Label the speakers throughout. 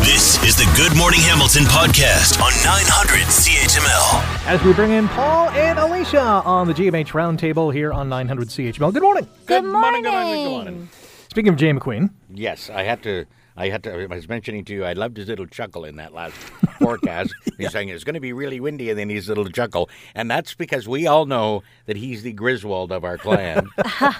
Speaker 1: This is the Good Morning Hamilton podcast on 900 CHML.
Speaker 2: As we bring in Paul and Alicia on the GMH Roundtable here on 900 CHML. Good morning.
Speaker 3: Good
Speaker 4: morning, good morning,
Speaker 3: morning.
Speaker 4: good morning.
Speaker 2: Speaking of Jay McQueen,
Speaker 4: Yes, I had to. I had to. I was mentioning to you, I loved his little chuckle in that last forecast. He's saying it's going to be really windy, and then his little chuckle, and that's because we all know that he's the Griswold of our clan.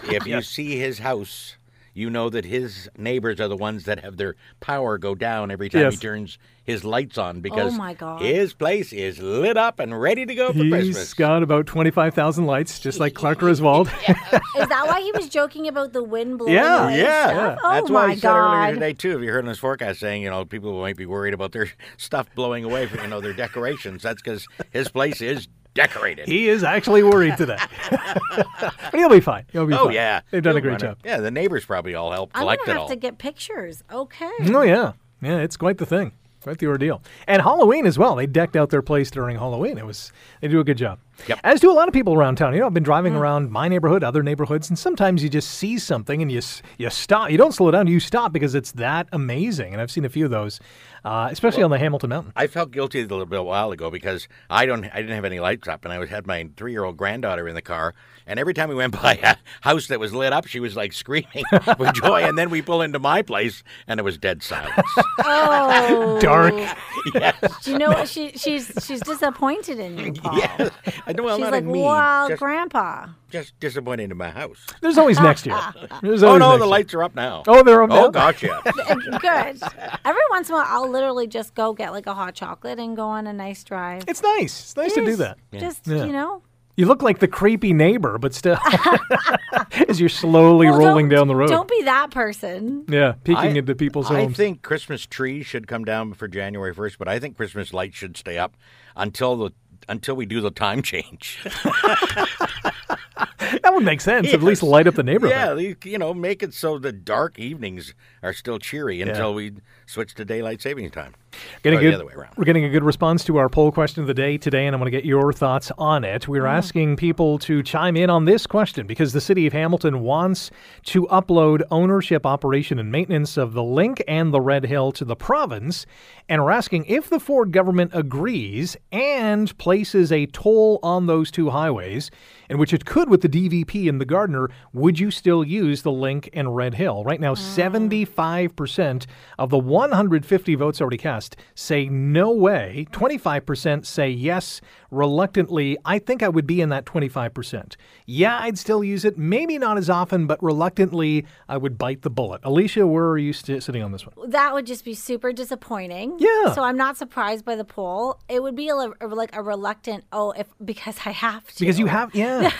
Speaker 4: if you see his house, you know that his neighbors are the ones that have their power go down every time he
Speaker 2: Yes.
Speaker 4: turns his lights on because
Speaker 3: my God.
Speaker 4: his place is lit up and ready to go for
Speaker 2: he's
Speaker 4: Christmas.
Speaker 2: got about 25,000 lights, just like Clark Griswold.
Speaker 3: Is that why he was joking about the wind blowing?
Speaker 2: Yeah.
Speaker 3: away
Speaker 4: Yeah,
Speaker 3: stuff? Oh
Speaker 4: that's
Speaker 3: my
Speaker 4: why I said earlier
Speaker 3: god.
Speaker 4: today too. If you heard in this forecast saying, you know, people might be worried about their stuff blowing away from you know their decorations. That's because his place is decorated.
Speaker 2: he is actually worried today. but he'll be fine. He'll be
Speaker 4: oh
Speaker 2: fine.
Speaker 4: yeah,
Speaker 2: They've done
Speaker 4: He'll
Speaker 2: a great
Speaker 4: run it.
Speaker 2: job.
Speaker 4: Yeah, the neighbors probably all helped
Speaker 3: I'm
Speaker 4: collect
Speaker 3: gonna
Speaker 4: it
Speaker 3: have
Speaker 4: all.
Speaker 3: to get pictures. Okay.
Speaker 2: Oh, yeah. Yeah, it's quite the thing. Quite the ordeal. And Halloween as well. They decked out their place during Halloween. It was they do a good job.
Speaker 4: Yep.
Speaker 2: As do a lot of people around town. You know, I've been driving around my neighborhood, other neighborhoods, and sometimes you just see something and you s- you stop. You don't slow down. You stop because it's that amazing. And I've seen a few of those, uh, especially on the Hamilton Mountain.
Speaker 4: I felt guilty a little bit a while ago because I don't, I didn't have any lights up, and I was, had my three-year-old granddaughter in the car, and every time we went by a house that was lit up, she was like screaming with joy, and then we pull into my place, and it was dead silence.
Speaker 3: Oh.
Speaker 2: Dark.
Speaker 3: Do you know what? She, she's she's disappointed in you, Paul.
Speaker 4: yeah, I know. Well,
Speaker 3: She's
Speaker 4: not
Speaker 3: like,
Speaker 4: in me,
Speaker 3: wow,
Speaker 4: just,
Speaker 3: Grandpa.
Speaker 4: just disappointed in my house.
Speaker 2: There's always next year. There's
Speaker 4: Oh
Speaker 2: always
Speaker 4: no,
Speaker 2: next
Speaker 4: the
Speaker 2: year.
Speaker 4: lights are up now.
Speaker 2: Oh, they're up now?
Speaker 4: Oh gosh, yeah.
Speaker 3: Good. Every once in a while, I'll literally just go get like a hot chocolate and go on a nice drive.
Speaker 2: It's nice. It's nice
Speaker 3: It
Speaker 2: to do
Speaker 3: is
Speaker 2: that.
Speaker 3: Just
Speaker 2: Yeah.
Speaker 3: you know,
Speaker 2: You look like the creepy neighbor, but still, as you're slowly
Speaker 3: Well,
Speaker 2: rolling
Speaker 3: don't-
Speaker 2: down the road.
Speaker 3: Don't be that person.
Speaker 2: yeah, peeking
Speaker 4: I-
Speaker 2: into people's
Speaker 4: I
Speaker 2: homes.
Speaker 4: think Christmas trees should come down for January first, but I think Christmas lights should stay up until the until we do the time change.
Speaker 2: That would make sense. At least
Speaker 4: Yes.
Speaker 2: light up the neighborhood.
Speaker 4: yeah, you, you know, make it so the dark evenings are still cheery until we switch to daylight saving time.
Speaker 2: Getting
Speaker 4: Or
Speaker 2: good,
Speaker 4: the other way around.
Speaker 2: We're getting a good response to our poll question of the day today, and I want to get your thoughts on it. We're
Speaker 4: Mm.
Speaker 2: asking people to chime in on this question because the city of Hamilton wants to upload ownership, operation, and maintenance of the link and the Red Hill to the province. And we're asking if the Ford government agrees and places a toll on those two highways, in which it could with the DVP and the Gardner, would you still use the link and Red Hill? Right
Speaker 3: Mm.
Speaker 2: now, 75% of the 150 votes already cast say no way. 25% say yes. Reluctantly, I think I would be in that 25%. Yeah, I'd still use it. Maybe not as often, but reluctantly, I would bite the bullet. Alicia, where are you st- sitting on this one?
Speaker 3: that would just be super disappointing.
Speaker 2: Yeah.
Speaker 3: So I'm not surprised by the poll. It would be a, le- like a reluctant, oh, if because I have to.
Speaker 2: Because you have, yeah.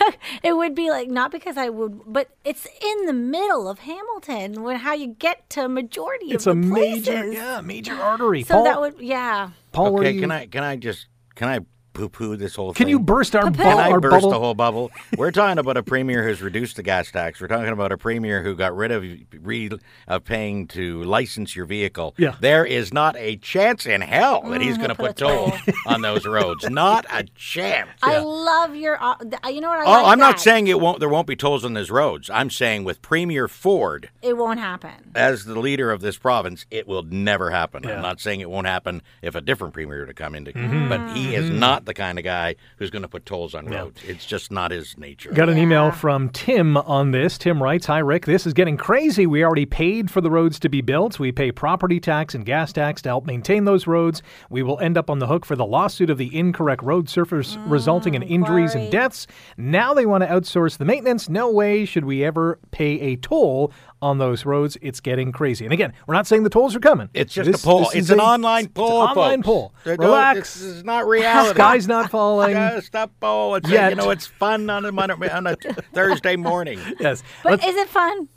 Speaker 3: It would be like not because I would, but it's in the middle of Hamilton when how you get to majority
Speaker 2: it's a
Speaker 3: of the
Speaker 2: major,
Speaker 3: places.
Speaker 2: yeah, major artery.
Speaker 3: So
Speaker 2: Paul,
Speaker 3: that would, yeah.
Speaker 2: Paul where
Speaker 4: okay,
Speaker 2: are you?
Speaker 4: can I can I just can I poo poo this whole
Speaker 2: Can
Speaker 4: thing?
Speaker 2: you burst our, bu-
Speaker 4: Can I
Speaker 2: our
Speaker 4: burst
Speaker 2: bubble?
Speaker 4: the whole bubble? We're talking about a premier who's reduced the gas tax. We're talking about a premier who got rid of re, of paying to license your vehicle.
Speaker 2: Yeah.
Speaker 4: There is not a chance in hell that
Speaker 3: Mm,
Speaker 4: he's going to
Speaker 3: he'll put
Speaker 4: put
Speaker 3: a toll.
Speaker 4: toll on those roads. Not a chance.
Speaker 3: I love your, uh, th- you know what I
Speaker 4: Oh,
Speaker 3: like
Speaker 4: I'm not
Speaker 3: that.
Speaker 4: saying it won't. There won't be tolls on those roads. I'm saying with Premier Ford
Speaker 3: it won't happen.
Speaker 4: as the leader of this province, it will never happen.
Speaker 2: Yeah. Mm-hmm.
Speaker 4: I'm not saying it won't happen if a different premier were to come into, but he is not the kind of guy who's going to put tolls on roads. It's just not his nature.
Speaker 2: Got an email from Tim on this. Tim writes Hi, Rick. This is getting crazy. We already paid for the roads to be built. We pay property tax and gas tax to help maintain those roads. We will end up on the hook for the lawsuit of the incorrect road surface, resulting in injuries and
Speaker 3: worry.
Speaker 2: deaths. Now they want to outsource the maintenance. No way should we ever pay a toll on those roads. It's getting crazy. And again, we're not saying the tolls are coming.
Speaker 4: It's just
Speaker 2: This-
Speaker 4: a poll.
Speaker 2: this is
Speaker 4: It's an
Speaker 2: a-
Speaker 4: online
Speaker 2: it's
Speaker 4: poll.
Speaker 2: an online
Speaker 4: folks.
Speaker 2: poll.
Speaker 4: They don't-
Speaker 2: Relax.
Speaker 4: This is not reality.
Speaker 2: Sky's not falling.
Speaker 4: Just a poll. It's a-
Speaker 2: Yet.
Speaker 4: you know, it's fun on a, Mon- on a Thursday morning.
Speaker 2: Yes.
Speaker 3: But
Speaker 2: Let's-
Speaker 3: is it fun?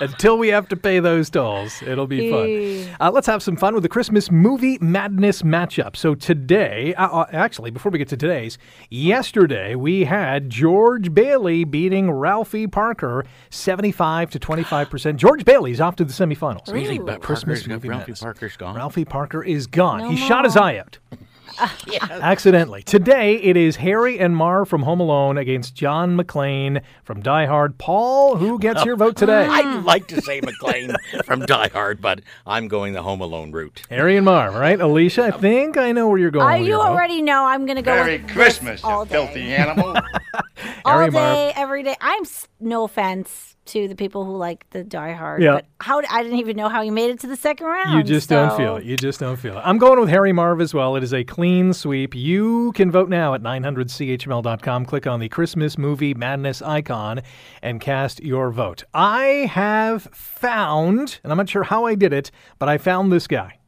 Speaker 2: until we have to pay those tolls. It'll be
Speaker 3: Eee.
Speaker 2: fun. Uh, let's have some fun with the Christmas movie madness matchup. So today, uh, uh, actually, before we get to today's, yesterday we had George Bailey beating Ralphie Parker, seventy-five to twenty-five percent. George Bailey's off to the semifinals.
Speaker 3: Really? But
Speaker 2: Christmas
Speaker 4: Parker's-
Speaker 2: movie
Speaker 4: Ralphie
Speaker 2: madness.
Speaker 4: Parker's gone?
Speaker 2: Ralphie Parker is gone.
Speaker 3: No
Speaker 2: he shot his
Speaker 3: more.
Speaker 2: eye out. Accidentally. Today it is Harry and Mar from Home Alone against John McClane from Die Hard. Paul, who gets your vote today?
Speaker 4: I'd like to say McLean from Die Hard, but I'm going the Home Alone route.
Speaker 2: Harry and Mar, right? Alicia, I think I know where you're going.
Speaker 3: Uh,
Speaker 2: with
Speaker 3: you
Speaker 2: your vote.
Speaker 3: already know I'm going to go
Speaker 5: Merry
Speaker 3: with
Speaker 5: Christmas,
Speaker 3: all
Speaker 5: you
Speaker 3: day.
Speaker 5: filthy animal.
Speaker 2: Harry
Speaker 3: all
Speaker 2: Marv.
Speaker 3: day, every day. I'm s- no offense to the people who like the Die Hard,
Speaker 2: Yeah.
Speaker 3: but how d- I didn't even know how you made it to the second round.
Speaker 2: You just
Speaker 3: so-
Speaker 2: don't feel it. You just don't feel it. I'm going with Harry Marv as well. It is a clean sweep. You can vote now at 900chml.com. Click on the Christmas movie madness icon and cast your vote. I have found, and I'm not sure how I did it, but I found this guy.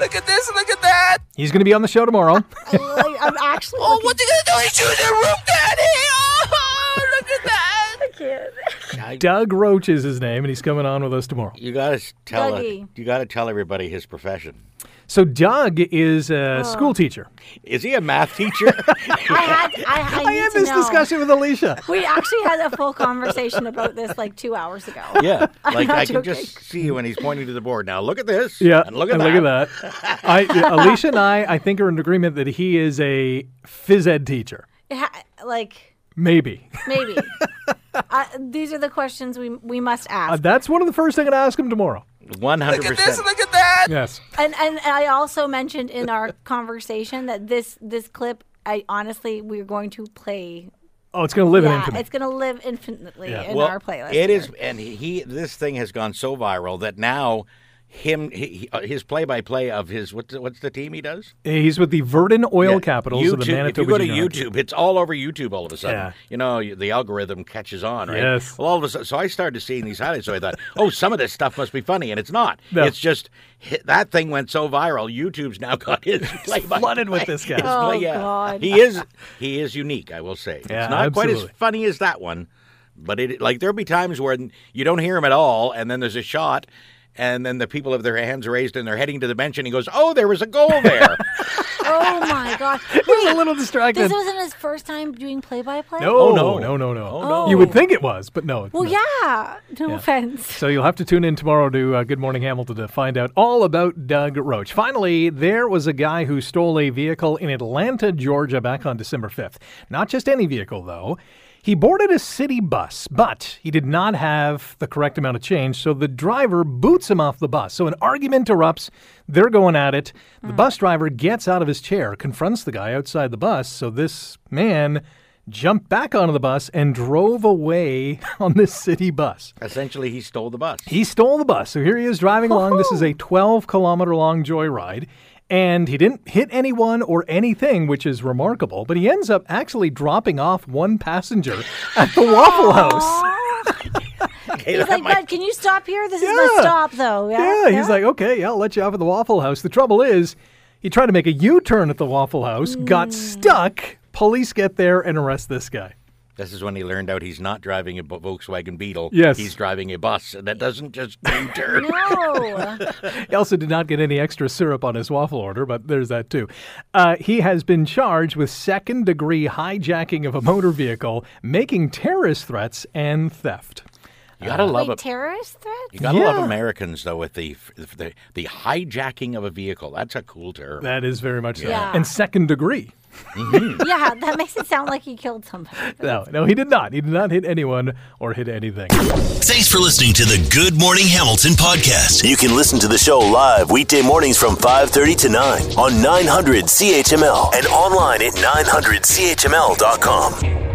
Speaker 6: Look at this, look at that.
Speaker 2: He's going to be on the show tomorrow.
Speaker 3: I- I'm actually.
Speaker 6: Oh,
Speaker 3: looking-
Speaker 6: what you gonna do? He's shooting the room, Daddy. Oh, look at that.
Speaker 2: Doug Roach is his name, and he's coming on with us tomorrow.
Speaker 4: You gotta tell
Speaker 3: Dougie.
Speaker 4: you gotta tell everybody his profession.
Speaker 2: So, Doug is
Speaker 3: Oh.
Speaker 2: a school teacher.
Speaker 4: Is he a math teacher?
Speaker 3: I had. I, I,
Speaker 2: I
Speaker 3: need
Speaker 2: had
Speaker 3: to
Speaker 2: this
Speaker 3: know.
Speaker 2: discussion with Alicia.
Speaker 3: We actually had a full conversation about this like two hours ago.
Speaker 4: yeah, like
Speaker 3: not
Speaker 4: I can
Speaker 3: joking.
Speaker 4: just see when he's pointing to the board. Now look at this.
Speaker 2: Yeah,
Speaker 4: and look at
Speaker 2: and
Speaker 4: that.
Speaker 2: look at that. I, yeah, Alicia and I, I think, are in agreement that he is a phys ed teacher.
Speaker 3: It ha- like
Speaker 2: Maybe.
Speaker 3: maybe. uh, these are the questions we we must
Speaker 2: Uh,
Speaker 3: ask.
Speaker 2: that's one of the first things I'm going to ask him tomorrow.
Speaker 4: One hundred
Speaker 6: Look at this,
Speaker 4: percent.
Speaker 6: look at that.
Speaker 2: Yes.
Speaker 3: and and I also mentioned in our conversation that this this clip. I honestly, we're going to play.
Speaker 2: Oh, it's going to live in
Speaker 3: Yeah,
Speaker 2: infamy.
Speaker 3: it's gonna live infinitely
Speaker 2: Yeah.
Speaker 3: in our playlist.
Speaker 4: It is, and he- he this thing has gone so viral that now him he, he- uh, his play by play of his what's the- what's the team he does?
Speaker 2: He's with the Verdon Oil
Speaker 4: Yeah,
Speaker 2: Capitals of the
Speaker 4: YouTube- If you
Speaker 2: Manitoba
Speaker 4: go to
Speaker 2: Junior Hockey.
Speaker 4: YouTube, it's all over YouTube all of a sudden.
Speaker 2: Yeah.
Speaker 4: You know, you- the algorithm catches on, right?
Speaker 2: Yes.
Speaker 4: Well, all of a sudden, so I started seeing these highlights. So I thought, oh, some of this stuff must be funny, and it's not.
Speaker 2: No.
Speaker 4: It's just hi- that thing went so viral. YouTube's now got his play by
Speaker 2: flooded with this guy.
Speaker 4: His
Speaker 3: Oh,
Speaker 4: play- yeah.
Speaker 3: God.
Speaker 4: He is he is unique. I will say,
Speaker 2: Yeah,
Speaker 4: it's not quite
Speaker 2: absolutely.
Speaker 4: as funny as that one, but it like there'll be times where you don't hear him at all, and then there's a shot. And then the people have their hands raised and they're heading to the bench, and he goes, "Oh, there was a goal there."
Speaker 3: Oh my god!
Speaker 2: He was a little distracted.
Speaker 3: This wasn't his first time doing play-by-play.
Speaker 2: No,
Speaker 4: Oh,
Speaker 2: no,
Speaker 4: no.
Speaker 2: no, no, no.
Speaker 4: Oh, no.
Speaker 2: You would think it was, but no.
Speaker 3: Well,
Speaker 2: no.
Speaker 3: yeah. No offense.
Speaker 2: So you'll have to tune in tomorrow to uh, Good Morning Hamilton to find out all about Doug Roach. Finally, there was a guy who stole a vehicle in Atlanta, Georgia back on December 5th. Not just any vehicle, though. He boarded a city bus, but he did not have the correct amount of change, so the driver boots him off the bus. So an argument erupts. They're going at it. The bus driver gets out of his chair, confronts the guy outside the bus, so this man jumped back onto the bus and drove away on this city bus.
Speaker 4: Essentially, he stole the bus.
Speaker 2: He stole the bus. So here he is driving along. This is a 12 kilometer long joyride. And he didn't hit anyone or anything, which is remarkable. But he ends up actually dropping off one passenger at the Waffle House.
Speaker 4: Okay,
Speaker 3: He's
Speaker 4: that
Speaker 3: like,
Speaker 4: might-
Speaker 3: Dad, can you stop here? This is my
Speaker 2: Yeah.
Speaker 3: stop, though. Yeah.
Speaker 2: Yeah, he's like, okay, yeah, I'll let you off at the Waffle House. The trouble is, he tried to make a U turn at the Waffle House, got stuck. Police get there and arrest this guy.
Speaker 4: This is when he learned out he's not driving a B- Volkswagen Beetle.
Speaker 2: Yes.
Speaker 4: He's driving a bus. And that doesn't just U turn.
Speaker 3: No.
Speaker 2: He also did not get any extra syrup on his waffle order, but there's that too. Uh, he has been charged with second degree hijacking of a motor vehicle, making terrorist threats, and theft.
Speaker 4: You gotta love
Speaker 3: Wait,
Speaker 4: it.
Speaker 3: terrorist
Speaker 4: You
Speaker 3: threat?
Speaker 4: gotta love
Speaker 2: Yeah.
Speaker 4: Americans though with the, f- the the hijacking of a vehicle. That's a cool term.
Speaker 2: That is very much so.
Speaker 3: Yeah.
Speaker 2: And second degree.
Speaker 3: yeah, that makes it sound like he killed somebody.
Speaker 2: No, no, he did not. He did not hit anyone or hit anything.
Speaker 1: Thanks for listening to the Good Morning Hamilton podcast. You can listen to the show live weekday mornings from 5:30 to 9 on 900 CHML and online at 900chml.com.